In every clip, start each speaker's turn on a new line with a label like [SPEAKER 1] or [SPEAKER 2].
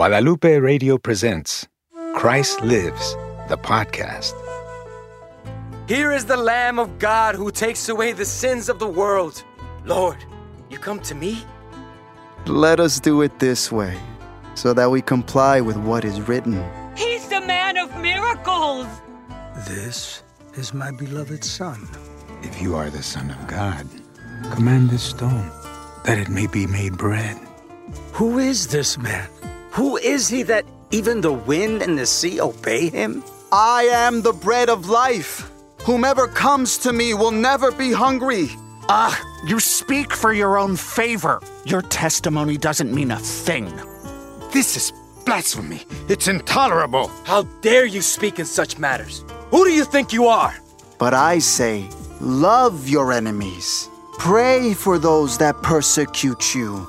[SPEAKER 1] Guadalupe Radio presents Christ Lives, the podcast.
[SPEAKER 2] Here is the Lamb of God who takes away the sins of the world. Lord, you come to me?
[SPEAKER 3] Let us do it this way, so that we comply with what is written.
[SPEAKER 4] He's the man of miracles.
[SPEAKER 5] This is my beloved Son.
[SPEAKER 6] If you are the Son of God, command this stone that it may be made bread.
[SPEAKER 5] Who is this man? Who is he that even the wind and the sea obey him?
[SPEAKER 3] I am the bread of life. Whomever comes to me will never be hungry.
[SPEAKER 7] Ah, you speak for your own favor. Your testimony doesn't mean a thing.
[SPEAKER 6] This is blasphemy. It's intolerable.
[SPEAKER 2] How dare you speak in such matters? Who do you think you are?
[SPEAKER 3] But I say, love your enemies. Pray for those that persecute you.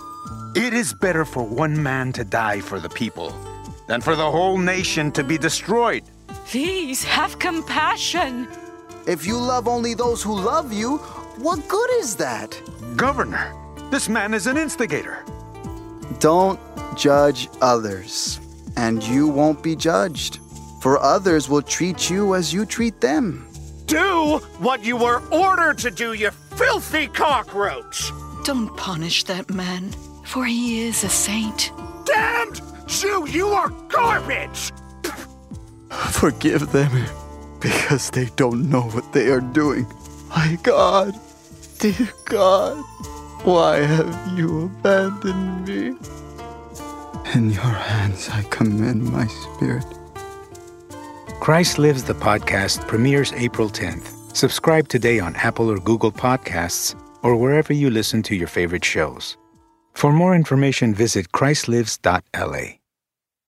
[SPEAKER 6] It is better for one man to die for the people than for the whole nation to be destroyed.
[SPEAKER 4] Please have compassion.
[SPEAKER 3] If you love only those who love you, what good is that?
[SPEAKER 6] Governor, this man is an instigator.
[SPEAKER 3] Don't judge others, and you won't be judged. For others will treat you as you treat them.
[SPEAKER 7] Do what you were ordered to do, you filthy cockroach!
[SPEAKER 4] Don't punish that man, for he is a saint.
[SPEAKER 7] Damned Jew, you are garbage!
[SPEAKER 3] Forgive them, because they don't know what they are doing. My God, dear God, why have you abandoned me? In your hands I commend my spirit.
[SPEAKER 1] Christ Lives, the podcast premieres April 10th. Subscribe today on Apple or Google Podcasts or wherever you listen to your favorite shows. For more information, visit christlives.la.